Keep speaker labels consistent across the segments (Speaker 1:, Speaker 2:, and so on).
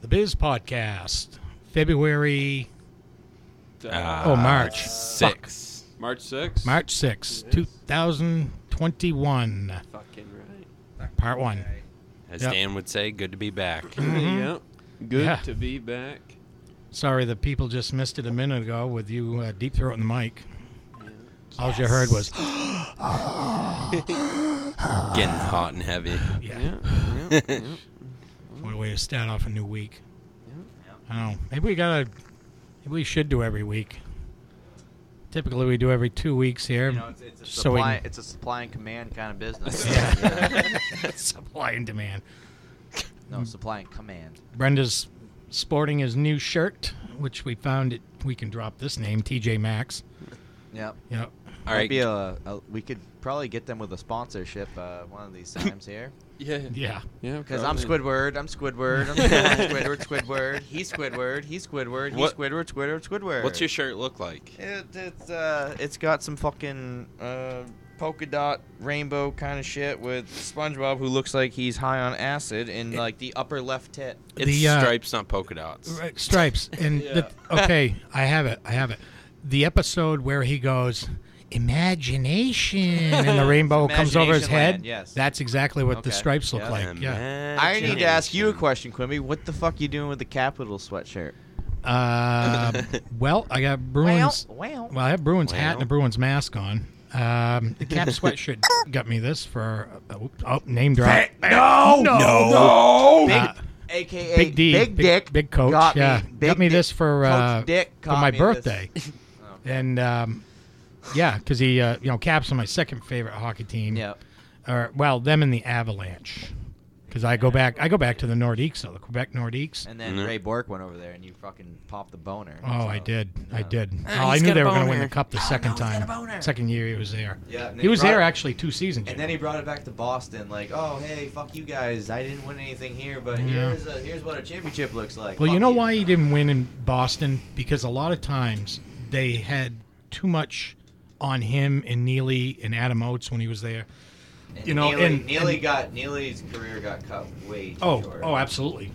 Speaker 1: The Biz Podcast, February,
Speaker 2: Uh,
Speaker 1: oh, March.
Speaker 2: six.
Speaker 3: March 6th?
Speaker 1: March 6th, 2021,
Speaker 3: Fucking right.
Speaker 1: part one.
Speaker 2: As
Speaker 1: Yep.
Speaker 2: Dan would say, good to be back.
Speaker 3: Yep. Good
Speaker 1: Mm-hmm. Yeah.
Speaker 3: to be back.
Speaker 1: Sorry, the people just missed it a minute ago with you uh, deep throating the mic.
Speaker 3: Yeah.
Speaker 1: All you heard was,
Speaker 2: Getting hot and heavy.
Speaker 1: yeah,
Speaker 3: Yeah. yeah, yeah.
Speaker 1: what a way to start off a new week. I don't know. Maybe we gotta, maybe we should do every week. Typically, we do every two weeks here.
Speaker 4: You know, it's, it's, a
Speaker 1: so we-
Speaker 4: supply, it's a supply and command kind of business.
Speaker 1: Yeah. Supply and demand.
Speaker 4: no, supply and command.
Speaker 1: Brenda's sporting his new shirt, which we found it. We can drop this name, TJ Maxx.
Speaker 4: Yep.
Speaker 1: Yep.
Speaker 2: All right.
Speaker 4: Maybe a, a, we could probably get them with a sponsorship uh, one of these times here.
Speaker 3: Yeah.
Speaker 1: Yeah.
Speaker 3: Yeah.
Speaker 4: Because I'm
Speaker 3: probably.
Speaker 4: Squidward, I'm Squidward, I'm Squidward, Squidward, Squidward, he's Squidward, he's Squidward, he's
Speaker 2: What-
Speaker 4: Squidward, Squidward, Squidward.
Speaker 2: What's your shirt look like?
Speaker 4: It, it's uh, it's got some fucking uh, polka dot rainbow kind of shit with SpongeBob, who looks like he's high on acid, in like the upper left tit.
Speaker 2: It's
Speaker 1: The, uh,
Speaker 2: stripes, not polka dots.
Speaker 1: Right, stripes. And the, okay, I have it. I have it. The episode where he goes imagination and the rainbow comes over his
Speaker 4: Imagination
Speaker 1: head.
Speaker 4: land, yes.
Speaker 1: That's exactly what the
Speaker 4: Okay,
Speaker 1: stripes look
Speaker 4: yeah.
Speaker 1: like. Yeah.
Speaker 4: I need to ask you a question, Quimby. What the fuck you doing with the Capitol sweatshirt?
Speaker 1: Uh, well, I got Bruins.
Speaker 4: Wow.
Speaker 1: Well, I have Bruins hat and a
Speaker 2: Well.
Speaker 1: Bruins mask on. Um, the cap sweatshirt got me this for uh, oop- oh name drop. No, no,
Speaker 2: No.
Speaker 1: Uh,
Speaker 4: AKA
Speaker 1: Big D,
Speaker 4: Big
Speaker 1: big-
Speaker 4: Dick,
Speaker 1: big coach,
Speaker 4: Got
Speaker 1: yeah.
Speaker 4: me, big
Speaker 1: Got me
Speaker 4: Dick-
Speaker 1: this for,
Speaker 4: Coach
Speaker 1: uh,
Speaker 4: Dick
Speaker 1: for
Speaker 4: caught
Speaker 1: my
Speaker 4: me this.
Speaker 1: birthday.
Speaker 4: Okay.
Speaker 1: and um, yeah, because he uh, you know Caps are my second favorite hockey team.
Speaker 4: Yep.
Speaker 1: Or well, them and the Avalanche. Because I go back, I go back to the Nordiques, so the Quebec Nordiques.
Speaker 4: And then
Speaker 2: Mhm.
Speaker 4: Ray Bork went over there, and you fucking popped the boner.
Speaker 1: Oh, I
Speaker 4: so-
Speaker 1: did, I
Speaker 4: yeah.
Speaker 1: did.
Speaker 2: Ah,
Speaker 1: oh, I
Speaker 2: he's
Speaker 1: knew
Speaker 2: got a
Speaker 1: they were going to win
Speaker 2: boner.
Speaker 1: the cup the second
Speaker 4: Ah, no, he's got a
Speaker 1: time.
Speaker 4: boner.
Speaker 1: Second year he was there.
Speaker 4: Yeah, and then
Speaker 1: he was
Speaker 4: brought-
Speaker 1: there actually two seasons.
Speaker 4: And
Speaker 1: ago.
Speaker 4: then he brought it back to Boston, like, oh hey, fuck you guys, I didn't win anything here, but
Speaker 1: Yeah.
Speaker 4: here's a, here's what a championship looks like.
Speaker 1: Well, you
Speaker 4: Fuck
Speaker 1: know why he didn't win in Boston? Because a lot of times they had too much on him and Neely and Adam Oates when he was there.
Speaker 4: And
Speaker 1: you know,
Speaker 4: Neely,
Speaker 1: and-
Speaker 4: Neely
Speaker 1: and-
Speaker 4: got Neely's career got cut way too
Speaker 1: Oh,
Speaker 4: short.
Speaker 1: oh, absolutely.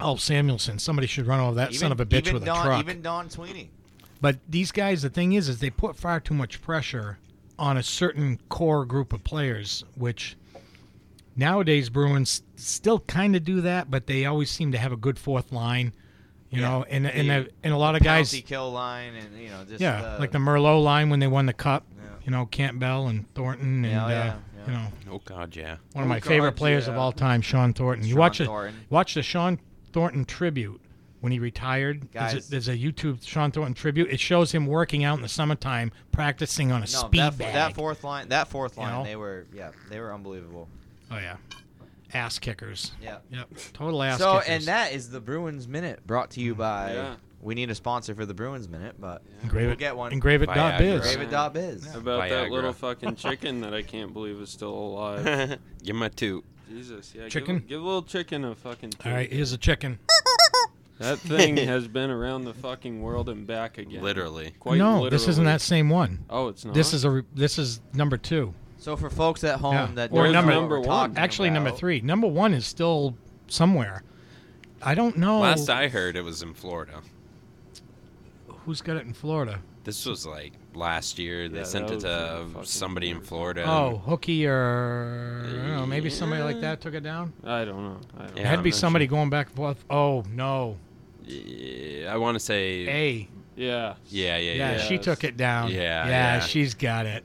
Speaker 1: Oh, Samuelson, somebody should run over that
Speaker 4: Even-
Speaker 1: son of a bitch
Speaker 4: even
Speaker 1: with
Speaker 4: Don,
Speaker 1: a truck.
Speaker 4: Even Don Sweeney.
Speaker 1: But these guys, the thing is, is they put far too much pressure on a certain core group of players, which nowadays Bruins still kind of do that, but they always seem to have a good fourth line, you
Speaker 4: Yeah.
Speaker 1: know, and and
Speaker 4: The-
Speaker 1: a, and a lot of
Speaker 4: Penalty
Speaker 1: guys,
Speaker 4: kill line, and you know, just
Speaker 1: yeah,
Speaker 4: uh,
Speaker 1: like the Merlot line when they won the cup,
Speaker 4: Yeah.
Speaker 1: you know, Campbell and Thornton, and
Speaker 4: Yeah,
Speaker 1: uh,
Speaker 4: yeah, yeah.
Speaker 1: you know,
Speaker 2: Oh God, yeah.
Speaker 1: one of
Speaker 4: Oh,
Speaker 1: my
Speaker 4: God,
Speaker 1: favorite players of
Speaker 4: yeah.
Speaker 1: all time, Sean Thornton. you
Speaker 4: Sean
Speaker 1: watch
Speaker 4: Thornton.
Speaker 1: the watch the Sean Thornton tribute when he retired.
Speaker 4: Guys.
Speaker 1: There's, a, there's a YouTube Sean Thornton tribute. It shows him working out in the summertime, practicing on a
Speaker 4: no,
Speaker 1: speed
Speaker 4: that,
Speaker 1: bag.
Speaker 4: that fourth line, that fourth
Speaker 1: You
Speaker 4: line,
Speaker 1: know?
Speaker 4: they were yeah, they were unbelievable.
Speaker 1: oh yeah, ass kickers.
Speaker 4: Yeah.
Speaker 1: Yep, total ass
Speaker 4: so
Speaker 1: kickers.
Speaker 4: and that is the Bruins minute brought to you by.
Speaker 3: Mm, Yeah.
Speaker 4: We need a sponsor for the Bruins minute, but
Speaker 1: engrave
Speaker 4: we'll
Speaker 1: it,
Speaker 4: get one.
Speaker 1: engrave it dot
Speaker 2: Viagra.
Speaker 1: biz.
Speaker 2: Engrave
Speaker 4: David dot biz.
Speaker 3: How about
Speaker 2: Viagra.
Speaker 3: that little fucking chicken that I can't believe is still alive?
Speaker 2: Give my two.
Speaker 3: Jesus, yeah. give a-
Speaker 1: Chicken?
Speaker 3: Give, a little chicken a fucking.
Speaker 1: All
Speaker 3: toot.
Speaker 1: right, here's a chicken.
Speaker 3: That thing has been around the fucking world and back again.
Speaker 2: Literally.
Speaker 3: Quite
Speaker 1: no,
Speaker 3: literally.
Speaker 1: this isn't that same one.
Speaker 3: Oh, it's not.
Speaker 1: This is a re- this is number two.
Speaker 4: So for folks at home
Speaker 1: Yeah.
Speaker 4: that
Speaker 1: Or
Speaker 4: don't
Speaker 1: number-
Speaker 4: know what we're
Speaker 3: number one.
Speaker 4: talking
Speaker 1: Actually, number
Speaker 4: about-
Speaker 1: three. Number one is still somewhere. I don't know
Speaker 2: Last I heard, it was in Florida.
Speaker 1: who's got it in Florida.
Speaker 2: This was like last year. They
Speaker 3: Yeah,
Speaker 2: sent
Speaker 3: that was
Speaker 2: it to
Speaker 3: fucking
Speaker 2: somebody in
Speaker 3: weird.
Speaker 2: Florida.
Speaker 1: Oh, Hookie or I don't know, maybe somebody like
Speaker 2: Yeah.
Speaker 1: that took it down.
Speaker 3: I don't know. I don't
Speaker 1: it
Speaker 2: Yeah.
Speaker 1: had to be
Speaker 2: I'm not
Speaker 1: somebody going back and forth. Oh no,
Speaker 2: Yeah, I want to say.
Speaker 1: A.
Speaker 3: Yeah.
Speaker 2: Yeah, yeah,
Speaker 1: Yeah,
Speaker 2: yeah.
Speaker 1: she
Speaker 3: yes.
Speaker 1: took it down.
Speaker 2: Yeah,
Speaker 1: yeah,
Speaker 2: yeah.
Speaker 1: she's got it.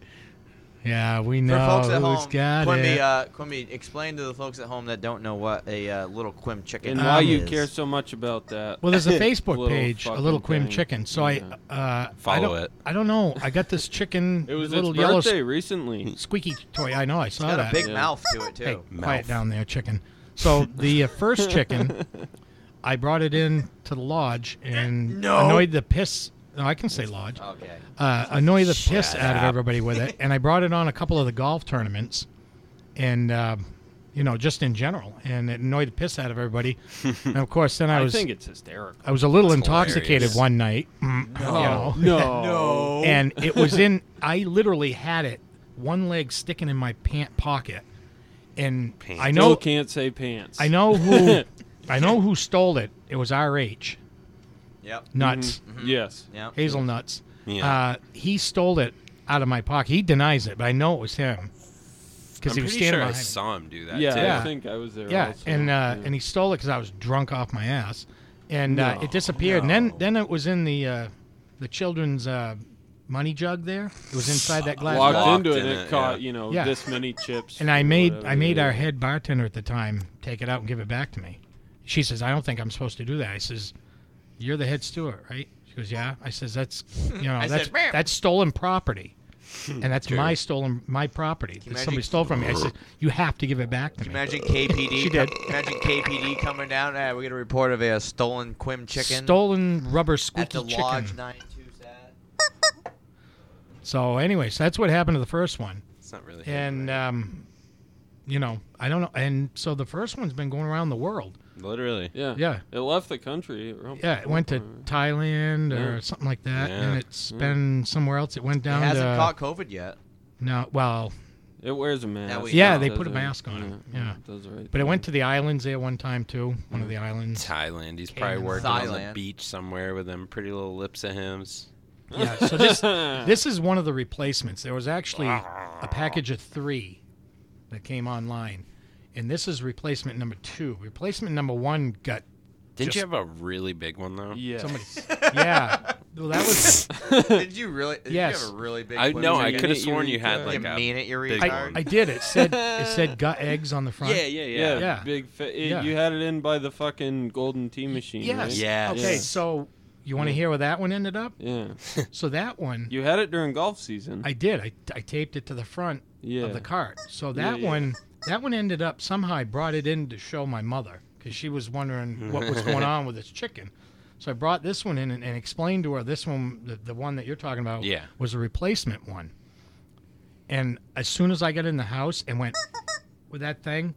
Speaker 1: Yeah, we
Speaker 4: For
Speaker 1: know
Speaker 4: folks at
Speaker 1: who's
Speaker 4: home,
Speaker 1: got
Speaker 4: Quimby,
Speaker 1: it.
Speaker 4: uh, Quimby, explain to the folks at home that don't know what a uh, little Quim chicken
Speaker 3: And why
Speaker 1: Um,
Speaker 3: you
Speaker 4: is.
Speaker 3: care so much about that?
Speaker 1: well, there's a Facebook
Speaker 3: Little
Speaker 1: page, a
Speaker 3: fucking
Speaker 1: little Quim
Speaker 3: thing.
Speaker 1: chicken. So
Speaker 3: Yeah.
Speaker 1: I uh, I
Speaker 2: Follow
Speaker 1: don't,
Speaker 2: it.
Speaker 1: I don't know. I got this chicken,
Speaker 3: It was
Speaker 1: little
Speaker 3: its
Speaker 1: yellow
Speaker 3: birthday recently.
Speaker 1: squeaky toy. I know, I
Speaker 4: It's
Speaker 1: saw
Speaker 4: got
Speaker 1: that.
Speaker 4: a big
Speaker 3: Yeah.
Speaker 4: mouth to it too.
Speaker 1: Hey, quiet
Speaker 2: Mouth.
Speaker 1: down there, chicken. So the uh, first chicken, I brought it in to the lodge and annoyed the piss. No, I can say lodge.
Speaker 4: Okay.
Speaker 1: uh, annoy the
Speaker 2: Shut
Speaker 1: piss out of
Speaker 2: up.
Speaker 1: everybody with it. And I brought it on a couple of the golf tournaments, and um, you know, just in general, and it annoyed the piss out of everybody. and of course, then I
Speaker 3: I
Speaker 1: was
Speaker 3: think it's hysterical.
Speaker 1: I was a little
Speaker 2: That's
Speaker 1: intoxicated
Speaker 2: hilarious.
Speaker 1: one night, mm, you know,
Speaker 3: Oh. no.
Speaker 1: and it was in. I literally had it one leg sticking in my pant pocket, and
Speaker 2: Pants.
Speaker 1: I
Speaker 3: No,
Speaker 1: know
Speaker 3: can't say pants.
Speaker 1: I know who I know who stole it, it was RH
Speaker 4: Yep.
Speaker 1: nuts,
Speaker 4: Mhm.
Speaker 3: Mm-hmm. Yes.
Speaker 4: Yep.
Speaker 1: hazelnuts.
Speaker 2: Mm-hmm. Yeah.
Speaker 1: Uh, he stole it out of my pocket. He denies it, but I know it was him because
Speaker 2: I'm
Speaker 1: he was
Speaker 2: pretty
Speaker 1: standing
Speaker 2: sure I
Speaker 1: behind. me.
Speaker 2: saw him do that
Speaker 3: Yeah,
Speaker 2: too.
Speaker 1: Yeah.
Speaker 3: I think I was there.
Speaker 1: Yeah,
Speaker 3: also.
Speaker 1: and uh,
Speaker 3: Yeah.
Speaker 1: and he stole it because I was drunk off my ass, and uh,
Speaker 3: No,
Speaker 1: it disappeared. And
Speaker 4: no.
Speaker 1: then then it was in the uh, the children's uh, money jug there. It was inside that glass.
Speaker 3: walked,
Speaker 1: box.
Speaker 2: Locked
Speaker 3: into it,
Speaker 2: in
Speaker 3: and it,
Speaker 2: it,
Speaker 3: caught
Speaker 2: yeah.
Speaker 3: you know
Speaker 1: Yeah.
Speaker 3: this many chips.
Speaker 1: And I made
Speaker 3: whatever
Speaker 1: I made
Speaker 3: it
Speaker 1: our
Speaker 3: is.
Speaker 1: head bartender at the time take it out and give it back to me. She says, "I don't think I'm supposed to do that." I says, "You're the head steward, right?" She goes, "Yeah." I says, "That's you know
Speaker 4: I
Speaker 1: that's
Speaker 4: said, "Ma'am." Hmm.
Speaker 1: that's stolen property." And that's
Speaker 2: True.
Speaker 1: my stolen my property that
Speaker 4: imagine-
Speaker 1: somebody stole from me. I said, "You have to give it back to me."
Speaker 4: Imagine KPD.
Speaker 1: She did.
Speaker 4: Imagine KPD coming down. Hey, we get a report of a stolen Quim chicken
Speaker 1: Stolen rubber
Speaker 4: at
Speaker 1: squeaky
Speaker 4: the lodge
Speaker 1: chicken.
Speaker 4: nine two sat.
Speaker 1: So, anyway, so that's what happened to the first one.
Speaker 2: It's not really. him,
Speaker 1: And,
Speaker 2: right?
Speaker 1: um, you know, I don't know. And so the first one's been going around the world.
Speaker 2: literally.
Speaker 3: Yeah.
Speaker 1: Yeah.
Speaker 3: It left the country. It-
Speaker 1: Yeah, it went to Thailand or
Speaker 3: Yeah.
Speaker 1: something like that,
Speaker 2: Yeah.
Speaker 1: and it's been somewhere else. It went
Speaker 4: It
Speaker 1: down
Speaker 4: hasn't
Speaker 1: to
Speaker 4: caught COVID yet.
Speaker 1: no, well,
Speaker 3: It wears a mask.
Speaker 4: we
Speaker 1: yeah,
Speaker 4: know.
Speaker 1: they
Speaker 3: Does
Speaker 1: put a
Speaker 3: it.
Speaker 1: mask on him. Yeah,
Speaker 3: it does right
Speaker 1: but it
Speaker 3: there.
Speaker 1: went to the islands there one time too. One of the islands.
Speaker 2: Thailand. He's probably
Speaker 1: Cayman
Speaker 2: working on the
Speaker 4: Thailand.
Speaker 2: beach somewhere with them pretty little lips of his.
Speaker 1: Yeah. So this this is one of the replacements. There was actually a package of three that came online, and this is replacement number two. Replacement number one got
Speaker 2: Didn't you
Speaker 1: Just-
Speaker 2: have a really big one though?
Speaker 3: Yes.
Speaker 1: somebody. yeah. Well, that was.
Speaker 4: Did you really? Did
Speaker 1: Yes.
Speaker 4: You have a really big.
Speaker 2: I
Speaker 4: Quim
Speaker 2: know. I
Speaker 4: chicken?
Speaker 2: could have
Speaker 3: You
Speaker 2: sworn you had
Speaker 3: retard.
Speaker 2: like
Speaker 4: You
Speaker 2: a
Speaker 4: mean it, you
Speaker 2: big
Speaker 4: retard.
Speaker 1: I,
Speaker 2: one.
Speaker 1: I did. It said it said got eggs on the front.
Speaker 2: yeah, yeah, yeah.
Speaker 3: Yeah,
Speaker 1: Yeah.
Speaker 3: big. Fa- it,
Speaker 1: Yeah.
Speaker 3: You had it in by the fucking golden tea machine.
Speaker 1: Yes.
Speaker 3: Right?
Speaker 2: Yes.
Speaker 1: Okay.
Speaker 3: Yeah.
Speaker 1: So you want to hear where that one ended up?
Speaker 3: Yeah.
Speaker 1: So that one,
Speaker 3: You had it during golf season.
Speaker 1: I did. I, I taped it to the front
Speaker 3: yeah.
Speaker 1: of the cart. So
Speaker 3: Yeah,
Speaker 1: that
Speaker 3: yeah.
Speaker 1: one, that one ended up somehow. I brought it in to show my mother because she was wondering what was going on with this chicken. So I brought this one in and, and explained to her this one, the, the one that you're talking about,
Speaker 2: Yeah.
Speaker 1: was a replacement one. And as soon as I got in the house and went with that thing,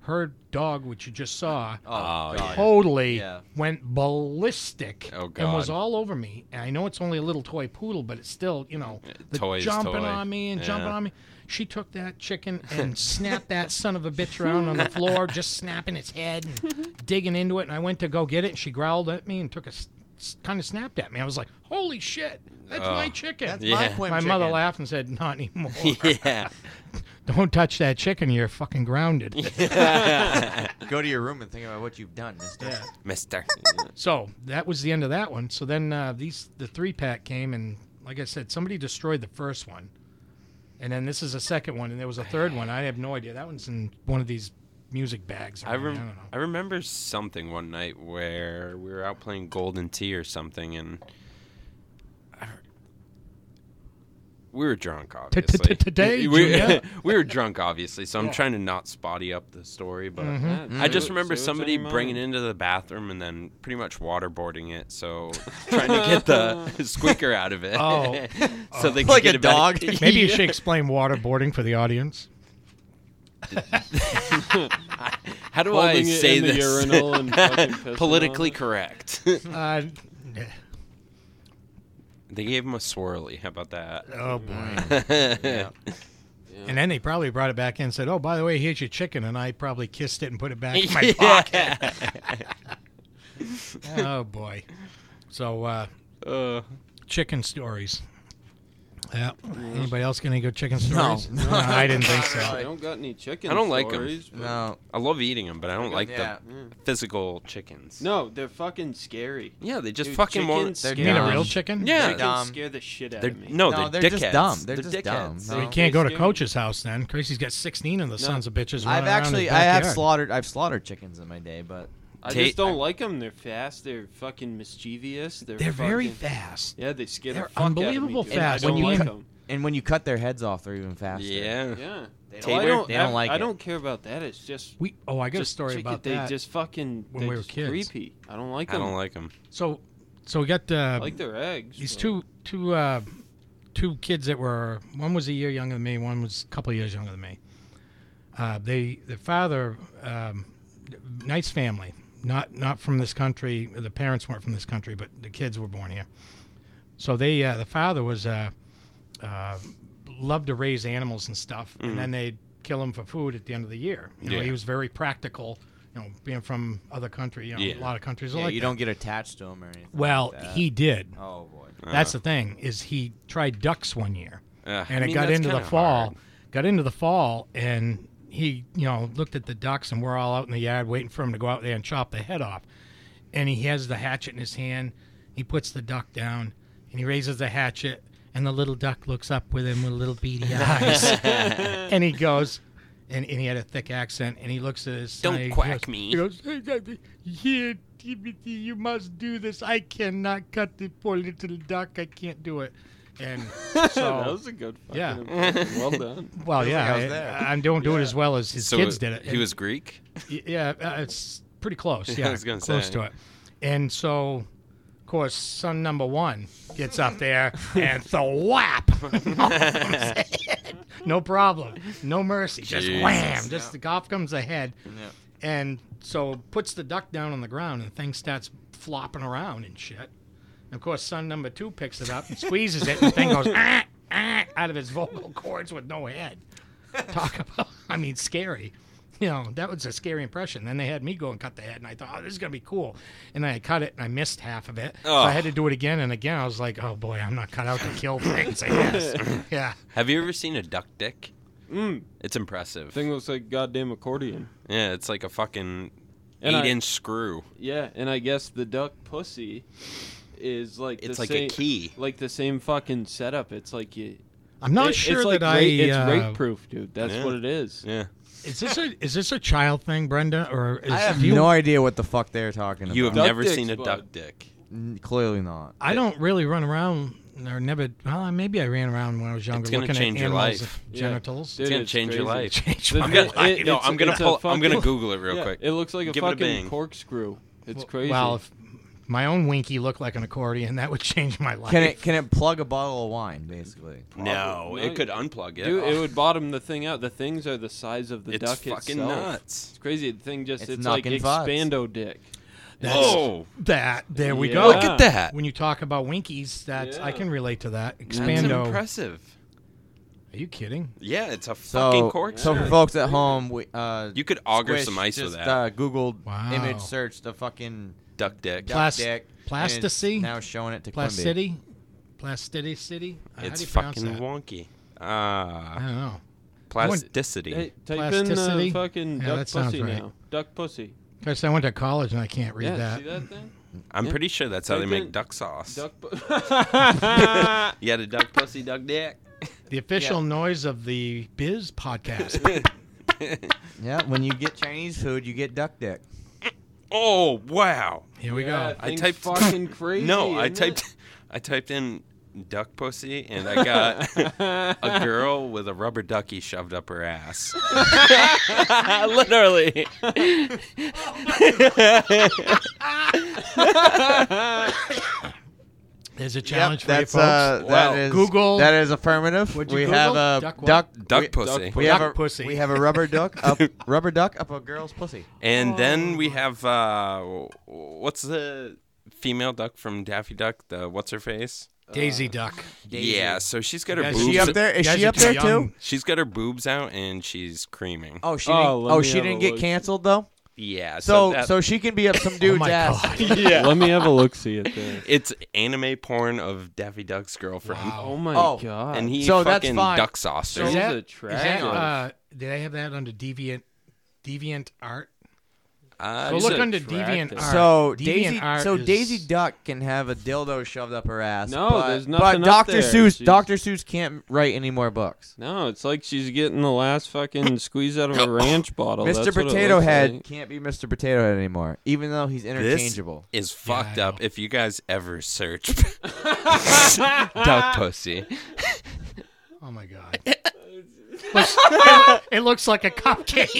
Speaker 1: her dog, which you just saw,
Speaker 4: Oh,
Speaker 2: Oh,
Speaker 4: God.
Speaker 1: totally
Speaker 4: Yeah.
Speaker 1: went ballistic
Speaker 2: Oh,
Speaker 1: and was
Speaker 2: God.
Speaker 1: all over me. And I know it's only a little toy poodle, but it's still, you know, the
Speaker 2: toy's
Speaker 1: jumping
Speaker 2: toy.
Speaker 1: on me and jumping
Speaker 2: Yeah.
Speaker 1: on me. She took that chicken and snapped that son of a bitch around on the floor, just snapping its head and digging into it. And I went to go get it, and she growled at me and took a kind of snapped at me. I was like, "Holy shit, that's
Speaker 2: Oh.
Speaker 1: my chicken!"
Speaker 4: That's my
Speaker 2: Yeah.
Speaker 4: Quim
Speaker 1: my mother
Speaker 4: chicken.
Speaker 1: laughed and said, "Not anymore.
Speaker 2: yeah.
Speaker 1: Don't touch that chicken. You're fucking grounded."
Speaker 4: Go to your room and think about what you've done, Mister.
Speaker 1: Yeah.
Speaker 2: Mister.
Speaker 1: So that was the end of that one. So then uh, these the three pack came, and like I said, somebody destroyed the first one, and then this is a second one, and there was a third one. I have no idea. That one's in one of these music bags. Or
Speaker 2: I,
Speaker 1: rem- I
Speaker 2: rem-
Speaker 1: don't
Speaker 2: I
Speaker 1: know.
Speaker 2: remember something one night where we were out playing Golden Tee or something, and I re- we were drunk, obviously.
Speaker 1: Today,
Speaker 2: we,
Speaker 1: Junior.
Speaker 2: we were drunk, obviously, so I'm
Speaker 1: Yeah.
Speaker 2: trying to not spotty up the story, but
Speaker 1: Mhm.
Speaker 3: Yeah,
Speaker 2: I
Speaker 3: say
Speaker 2: just
Speaker 3: what-
Speaker 2: remember
Speaker 3: say what's on
Speaker 2: somebody
Speaker 3: your mind.
Speaker 2: bringing it into the bathroom and then pretty much waterboarding it, so trying to get the squeaker out of it.
Speaker 1: Oh.
Speaker 2: so they could
Speaker 4: Like
Speaker 2: get
Speaker 4: a
Speaker 2: it back-
Speaker 4: dog.
Speaker 1: Maybe you
Speaker 2: Yeah.
Speaker 1: should explain waterboarding for the audience.
Speaker 2: How do I
Speaker 3: Holding it
Speaker 2: say
Speaker 3: in the
Speaker 2: this?
Speaker 3: urinal and fucking pissing on
Speaker 2: Politically
Speaker 3: it.
Speaker 2: correct.
Speaker 1: Uh,
Speaker 2: they gave him a swirly. How about that?
Speaker 1: oh boy!
Speaker 4: Yeah.
Speaker 1: And then they probably brought it back in and said, "Oh, by the way, here's your chicken," and I probably kissed it and put it back in my
Speaker 2: Yeah.
Speaker 1: pocket. Oh boy! So uh,
Speaker 2: Uh,
Speaker 1: chicken stories. Yeah. Anybody else gonna go chicken
Speaker 4: No.
Speaker 1: stories? No, I didn't think so.
Speaker 3: I don't got any chicken.
Speaker 2: I don't like 'em.
Speaker 3: stories, but-
Speaker 4: No.
Speaker 2: I love eating them, but I don't like
Speaker 4: Yeah.
Speaker 2: the physical chickens.
Speaker 3: No, they're fucking scary.
Speaker 2: Yeah, they just
Speaker 3: Dude,
Speaker 2: fucking won't.
Speaker 3: chickens
Speaker 4: They're
Speaker 1: You mean a
Speaker 4: dumb.
Speaker 1: real chicken?
Speaker 2: Yeah.
Speaker 3: They can
Speaker 4: Dumb.
Speaker 3: scare the shit out
Speaker 2: They're,
Speaker 3: of me.
Speaker 2: no,
Speaker 4: No,
Speaker 2: they're,
Speaker 4: they're
Speaker 2: dickheads.
Speaker 4: just dumb. They're just dumb.
Speaker 2: dickheads.
Speaker 1: So you
Speaker 4: No.
Speaker 1: can't go to
Speaker 3: Scary.
Speaker 1: Coach's house then. Tracy's got 16 of the sons of bitches.
Speaker 4: I've
Speaker 1: running around in his
Speaker 4: actually I have
Speaker 1: backyard.
Speaker 4: slaughtered I've slaughtered chickens in my day, but
Speaker 3: I
Speaker 2: Ta-
Speaker 3: just don't like them. They're fast. They're fucking mischievous. They're,
Speaker 1: They're very
Speaker 3: fucking-
Speaker 1: fast.
Speaker 3: Yeah, they scare
Speaker 1: They're
Speaker 3: the fuck
Speaker 1: unbelievable
Speaker 3: out of me, dude.
Speaker 4: fast.
Speaker 3: I don't
Speaker 4: When you
Speaker 3: like
Speaker 4: can-
Speaker 3: 'em.
Speaker 4: and when you cut their heads off, they're even faster.
Speaker 2: Yeah.
Speaker 3: Yeah.
Speaker 4: They
Speaker 2: don't-
Speaker 3: Well, I don't,
Speaker 4: they don't
Speaker 3: I-
Speaker 4: like
Speaker 3: I
Speaker 4: it.
Speaker 3: don't care about that. It's just
Speaker 1: We oh I got a
Speaker 3: just
Speaker 1: story
Speaker 3: chicken-
Speaker 1: about
Speaker 3: they
Speaker 1: that.
Speaker 3: just fucking
Speaker 1: when
Speaker 3: they're
Speaker 1: we were
Speaker 3: just
Speaker 1: kids.
Speaker 3: creepy. I don't like
Speaker 2: I
Speaker 3: them.
Speaker 2: don't like them.
Speaker 1: So so we got uh,
Speaker 3: I like their eggs.
Speaker 1: these
Speaker 3: but-
Speaker 1: two two uh, two kids that were one was a year younger than me, one was a couple of years younger than me. Uh, they the father, um, nice family, not not from this country. The parents weren't from this country, but the kids were born here. So they uh, the father was uh, uh, loved to
Speaker 5: Mm-hmm.
Speaker 1: raise animals and stuff, and then they'd kill them for food at the end of the year. You know,
Speaker 2: Yeah.
Speaker 1: he was very practical you know, being from other country, you know,
Speaker 2: Yeah.
Speaker 1: a lot of countries are
Speaker 5: Yeah,
Speaker 1: like
Speaker 5: you
Speaker 1: that.
Speaker 5: don't get attached to him or anything.
Speaker 1: Well,
Speaker 5: like that.
Speaker 1: he did.
Speaker 5: Oh boy.
Speaker 1: That's the thing is he tried ducks one year,
Speaker 2: Uh,
Speaker 1: and
Speaker 2: I
Speaker 1: it
Speaker 2: mean,
Speaker 1: got
Speaker 2: that's
Speaker 1: into the
Speaker 2: kinda
Speaker 1: fall.
Speaker 2: hard.
Speaker 1: Got into the fall, and he you know looked at the ducks, and we're all out in the yard waiting for him to go out there and chop the head off. And he has the hatchet in his hand. He puts the duck down, and he raises the hatchet, and the little duck looks up with him with little beady eyes, and he goes. And, and he had a thick accent, and he looks at his.
Speaker 2: Don't
Speaker 1: snake, he
Speaker 2: quack
Speaker 1: goes-
Speaker 2: me.
Speaker 1: He goes, "Here, Timothy, you must do this. I cannot cut the poor little duck. I can't do it." And
Speaker 3: that
Speaker 1: so,
Speaker 3: was a good fucking
Speaker 1: Yeah.
Speaker 3: impression. Well done.
Speaker 1: well,
Speaker 5: Feels like
Speaker 1: yeah,
Speaker 5: I was there.
Speaker 1: I, I don't do it as well as his
Speaker 2: So
Speaker 1: kids did it.
Speaker 2: He was Greek.
Speaker 1: Y- yeah, uh, it's pretty close.
Speaker 2: Yeah, I
Speaker 1: Yeah,
Speaker 2: was gonna
Speaker 1: close
Speaker 2: say.
Speaker 1: to it. And so, of course, son number one gets up there and thwap. no problem, no mercy, just
Speaker 2: Jesus.
Speaker 1: wham, just the golf comes ahead,
Speaker 4: Yeah.
Speaker 1: and so puts the duck down on the ground, and the thing starts flopping around and shit. And of course, son number two picks it up and squeezes it, and the thing goes ah, ah, out of his vocal cords with no head. Talk about, I mean, scary. You know, that was a scary impression. Then they had me go and cut the head, and I thought, oh, this is going to be cool. And I cut it, and I missed half of it. So I had to do it again and again. I was like, oh boy, I'm not cut out to kill things, I guess. yeah.
Speaker 2: Have you ever seen a duck dick?
Speaker 3: Mm,
Speaker 2: It's impressive.
Speaker 3: thing looks like goddamn accordion.
Speaker 2: Yeah, it's like a fucking
Speaker 3: And I-
Speaker 2: eight-inch screw.
Speaker 3: Yeah, and I guess the duck pussy is like
Speaker 2: It's
Speaker 3: the
Speaker 2: like
Speaker 3: same,
Speaker 2: a key.
Speaker 3: like the same fucking setup. It's like you.
Speaker 1: I'm not
Speaker 3: it-
Speaker 1: sure
Speaker 3: it's like
Speaker 1: that I.
Speaker 3: rape, It's
Speaker 1: uh,
Speaker 3: rape proof, dude. That's
Speaker 2: Yeah.
Speaker 3: what it is.
Speaker 2: Yeah.
Speaker 1: Is this a is this a child thing, Brenda, or is
Speaker 5: I have
Speaker 1: do you,
Speaker 5: no idea what the fuck they're talking about.
Speaker 2: You have
Speaker 3: Duck
Speaker 2: never
Speaker 3: dicks,
Speaker 2: seen a
Speaker 3: bud.
Speaker 2: duck dick.
Speaker 5: N- clearly not.
Speaker 1: I don't really run around or never. Well, maybe I ran around when I was younger
Speaker 2: It's gonna
Speaker 1: looking
Speaker 2: change
Speaker 1: at
Speaker 2: your
Speaker 1: animals'
Speaker 2: life.
Speaker 3: Yeah.
Speaker 1: genitals.
Speaker 3: Dude,
Speaker 2: It's gonna
Speaker 3: it's
Speaker 2: change your
Speaker 3: crazy.
Speaker 2: life.
Speaker 1: Change
Speaker 3: The
Speaker 1: my
Speaker 2: I'm
Speaker 3: duck-
Speaker 1: life.
Speaker 2: gonna, I-
Speaker 3: it-
Speaker 2: no,
Speaker 3: it's-
Speaker 2: I'm gonna
Speaker 3: it's a
Speaker 2: pull. I'm gonna
Speaker 3: fucking-
Speaker 2: Google it real
Speaker 3: Yeah,
Speaker 2: quick.
Speaker 3: It looks like a
Speaker 2: Give it a
Speaker 3: fucking
Speaker 2: bang.
Speaker 3: corkscrew. It's crazy.
Speaker 1: Well, if my own winky looked like an accordion, that would change my life.
Speaker 5: Can it can it plug a bottle of wine basically?
Speaker 2: no,
Speaker 3: Probably.
Speaker 2: it could unplug it.
Speaker 3: Dude, it
Speaker 2: Oh,
Speaker 3: would bottom the thing out. The things are the size of the
Speaker 2: it's
Speaker 3: duck
Speaker 2: fucking
Speaker 3: itself.
Speaker 2: nuts.
Speaker 3: It's crazy. The thing just
Speaker 5: It's
Speaker 3: it's, like
Speaker 5: knocking vibes.
Speaker 3: expando dick.
Speaker 1: That's-
Speaker 2: Whoa!
Speaker 1: That there we
Speaker 3: Yeah.
Speaker 1: go.
Speaker 2: Look at that.
Speaker 1: When you talk about winkies, that's I
Speaker 3: Yeah.
Speaker 1: can relate to that.
Speaker 2: That's
Speaker 1: Expando. Are
Speaker 2: impressive.
Speaker 1: you kidding?
Speaker 2: Yeah, it's a fucking
Speaker 5: So,
Speaker 2: cork.
Speaker 5: so for
Speaker 2: screw.
Speaker 5: folks at home, we, uh,
Speaker 2: you could auger
Speaker 5: Squish
Speaker 2: some ice
Speaker 5: just,
Speaker 2: with that
Speaker 5: Uh, Googled
Speaker 1: Wow.
Speaker 5: image search the fucking
Speaker 2: duck dick.
Speaker 5: duck
Speaker 1: Plas-
Speaker 5: dick. and it's
Speaker 1: Plasticity?
Speaker 5: Now showing it to Quimby.
Speaker 1: Plasticity, plasticity city. Uh, How do
Speaker 2: It's
Speaker 1: you pronounce
Speaker 2: fucking
Speaker 1: that?
Speaker 2: wonky.
Speaker 1: I
Speaker 2: Ah,
Speaker 1: don't know.
Speaker 2: plasticity.
Speaker 3: Hey, type
Speaker 1: Plasticity?
Speaker 3: in uh, fucking
Speaker 1: Yeah, that
Speaker 3: duck
Speaker 1: sounds
Speaker 3: pussy
Speaker 1: right.
Speaker 3: now. Duck pussy.
Speaker 1: Because I went to college and I can't read
Speaker 3: yeah,
Speaker 1: that.
Speaker 3: see that thing?
Speaker 2: I'm
Speaker 3: yeah.
Speaker 2: pretty sure that's how they
Speaker 3: Type
Speaker 2: make
Speaker 3: in
Speaker 2: duck sauce.
Speaker 3: Duck. Pu-
Speaker 2: You had a duck pussy, duck dick.
Speaker 1: The official noise of the Biz podcast.
Speaker 5: Yeah, when you get Chinese food, you get duck dick.
Speaker 2: oh wow!
Speaker 1: Here we
Speaker 3: Yeah,
Speaker 1: go.
Speaker 2: I
Speaker 3: thing's
Speaker 2: typed-
Speaker 3: fucking crazy.
Speaker 2: No, I
Speaker 3: isn't
Speaker 2: typed, I typed in duck pussy, and I got
Speaker 3: it?
Speaker 2: a girl with a rubber ducky shoved up her ass. Literally.
Speaker 1: There's a challenge for
Speaker 5: that's
Speaker 1: you folks.
Speaker 5: uh,
Speaker 2: Wow.
Speaker 5: that is
Speaker 1: Google-
Speaker 5: That is affirmative.
Speaker 1: What'd you
Speaker 5: we
Speaker 1: Google?
Speaker 5: have a
Speaker 1: Duck what?
Speaker 5: duck
Speaker 2: Duck
Speaker 5: we-
Speaker 2: pussy.
Speaker 5: We
Speaker 1: Duck
Speaker 5: have a
Speaker 1: pussy.
Speaker 5: We have a rubber duck up rubber duck up a girl's pussy.
Speaker 2: And then we have uh, what's the female duck from Daffy Duck? The what's her face?
Speaker 1: Daisy Duck.
Speaker 2: Yeah, so she's got her
Speaker 1: Guys,
Speaker 2: boobs.
Speaker 5: She up there?
Speaker 1: You
Speaker 5: Is
Speaker 1: guys
Speaker 5: she
Speaker 1: are
Speaker 5: up there
Speaker 1: young.
Speaker 5: too?
Speaker 2: She's got her boobs out and she's creaming.
Speaker 5: Oh, she
Speaker 3: Oh,
Speaker 5: didn't,
Speaker 3: let
Speaker 5: oh
Speaker 3: me
Speaker 5: she
Speaker 3: have a
Speaker 5: didn't get
Speaker 3: look.
Speaker 5: canceled though.
Speaker 2: Yeah.
Speaker 5: So so,
Speaker 2: that-
Speaker 5: she can be up some dude's
Speaker 1: oh my
Speaker 5: ass.
Speaker 1: god.
Speaker 3: yeah. Let me have a look. See it there.
Speaker 2: it's anime porn of Daffy Duck's girlfriend,
Speaker 1: Wow.
Speaker 3: Oh my
Speaker 5: Oh,
Speaker 3: god.
Speaker 2: and he
Speaker 5: So that's
Speaker 2: fucking
Speaker 5: fine.
Speaker 2: duck sauced her.
Speaker 1: Is
Speaker 3: She's
Speaker 1: that- Is that,
Speaker 3: attractive.
Speaker 1: uh, did I have that under Deviant Deviant Art?
Speaker 2: Uh,
Speaker 1: So
Speaker 2: she's
Speaker 1: look
Speaker 2: a-
Speaker 1: under
Speaker 3: attractive.
Speaker 1: Deviant Art.
Speaker 5: So Daisy,
Speaker 1: DeviantArt
Speaker 5: so
Speaker 1: is-
Speaker 5: Daisy Duck can have a dildo shoved up her ass.
Speaker 3: No,
Speaker 5: but,
Speaker 3: there's
Speaker 5: But
Speaker 3: nothing up
Speaker 5: Dr.
Speaker 3: there.
Speaker 5: Seuss,
Speaker 3: She's-
Speaker 5: Dr. Seuss can't write any more books.
Speaker 3: no, it's like she's getting the last fucking squeeze out of a ranch bottle. Oh, That's
Speaker 5: Mr.
Speaker 3: what it looks
Speaker 5: Potato Head
Speaker 3: like.
Speaker 5: can't be Mr. Potato Head anymore, even though he's interchangeable.
Speaker 2: is
Speaker 1: Yeah, I
Speaker 2: fucked
Speaker 1: know.
Speaker 2: up. If you guys ever search duck pussy,
Speaker 1: Oh my god. Looks- it looks like a cupcake.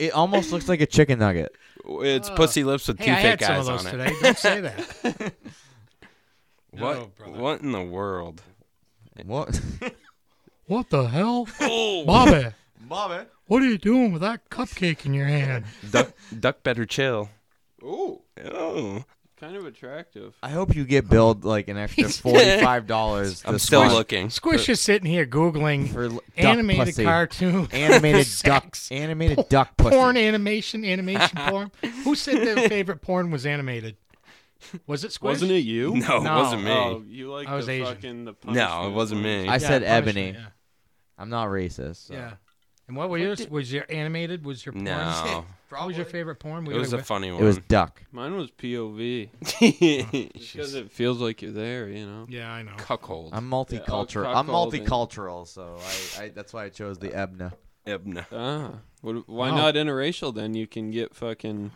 Speaker 5: It almost looks like a chicken nugget.
Speaker 2: it's pussy lips with
Speaker 1: Uh, Hey,
Speaker 2: two
Speaker 1: I had
Speaker 2: fake
Speaker 1: some of
Speaker 2: eyes
Speaker 1: those
Speaker 2: on it.
Speaker 1: today. Don't say that.
Speaker 2: What?
Speaker 1: No, brother.
Speaker 2: what in the world?
Speaker 5: What?
Speaker 1: What the hell, Bobby?
Speaker 5: Bobby.
Speaker 1: What are you doing with that cupcake in your hand?
Speaker 2: duck, duck better chill. Ooh. Oh.
Speaker 3: kind of attractive.
Speaker 4: I hope you get billed like an extra forty-five dollars.
Speaker 2: I'm still looking.
Speaker 1: Squish is sitting here googling
Speaker 4: for l- duck
Speaker 1: animated
Speaker 4: pussy.
Speaker 1: cartoon,
Speaker 4: animated duck,
Speaker 1: sex,
Speaker 4: animated duck pussy.
Speaker 1: porn animation, animation porn. Who said their favorite porn was animated? Was it Squish?
Speaker 3: Wasn't it you?
Speaker 2: No, it
Speaker 1: No.
Speaker 2: wasn't me.
Speaker 3: Oh, you like
Speaker 1: I was
Speaker 3: the
Speaker 1: Asian.
Speaker 3: fucking the
Speaker 2: no, it wasn't me.
Speaker 4: I said
Speaker 1: Punishment,
Speaker 4: ebony.
Speaker 1: Yeah.
Speaker 4: I'm not racist. so.
Speaker 1: yeah. And what were yours? Was your animated? Was your porn?
Speaker 2: no,
Speaker 1: What was your favorite porn? Were
Speaker 2: it
Speaker 1: you
Speaker 2: was a
Speaker 1: like,
Speaker 2: funny
Speaker 4: It was
Speaker 2: one.
Speaker 4: duck.
Speaker 3: Mine was POV.
Speaker 2: It was
Speaker 3: Just because it feels like you're there, you know.
Speaker 1: yeah, I know.
Speaker 2: cuckold.
Speaker 4: I'm multicultural. I'm
Speaker 3: cuckolding.
Speaker 4: multicultural, so I, I that's why I chose the Ebna.
Speaker 2: Ebna.
Speaker 3: Ah, what, why
Speaker 1: Wow.
Speaker 3: not interracial? Then you can get fucking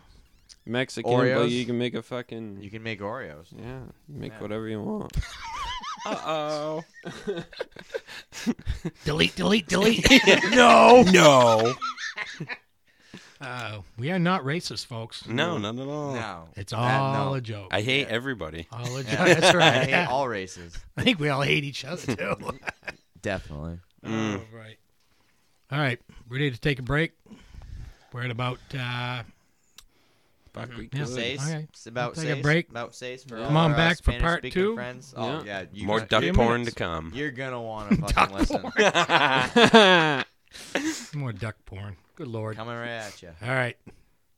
Speaker 3: Mexican,
Speaker 4: Oreos?
Speaker 3: but you can make a fucking
Speaker 4: You can make Oreos.
Speaker 3: yeah, make whatever you want.
Speaker 2: Uh oh.
Speaker 1: Delete, delete, delete.
Speaker 2: no. No.
Speaker 1: uh, we are not racist, folks.
Speaker 2: No, not at all.
Speaker 4: No,
Speaker 1: It's
Speaker 4: That,
Speaker 1: all
Speaker 4: no.
Speaker 1: a joke.
Speaker 2: I hate everybody.
Speaker 1: all a joke.
Speaker 4: Yeah.
Speaker 1: That's
Speaker 4: I
Speaker 1: right.
Speaker 4: hate all races.
Speaker 1: I think we all hate each other too.
Speaker 4: Definitely. Mm.
Speaker 1: Oh, right. All right. Ready to take a break? We're at about. Uh,
Speaker 2: Fuck, we
Speaker 1: Yeah.
Speaker 2: good.
Speaker 4: Says
Speaker 1: Okay.
Speaker 4: it's about
Speaker 1: We'll take a
Speaker 4: says,
Speaker 1: break.
Speaker 4: About says for
Speaker 1: Come
Speaker 4: all
Speaker 1: on
Speaker 4: our
Speaker 1: back for part
Speaker 4: Spanish-speaking
Speaker 1: two.
Speaker 4: Friends. Oh yeah, you
Speaker 2: More
Speaker 4: guys-
Speaker 2: duck
Speaker 1: few
Speaker 2: porn
Speaker 1: minutes.
Speaker 2: to come.
Speaker 4: You're gonna want to fucking listen.
Speaker 1: more duck porn. Good lord.
Speaker 4: Coming right at you.
Speaker 1: All right.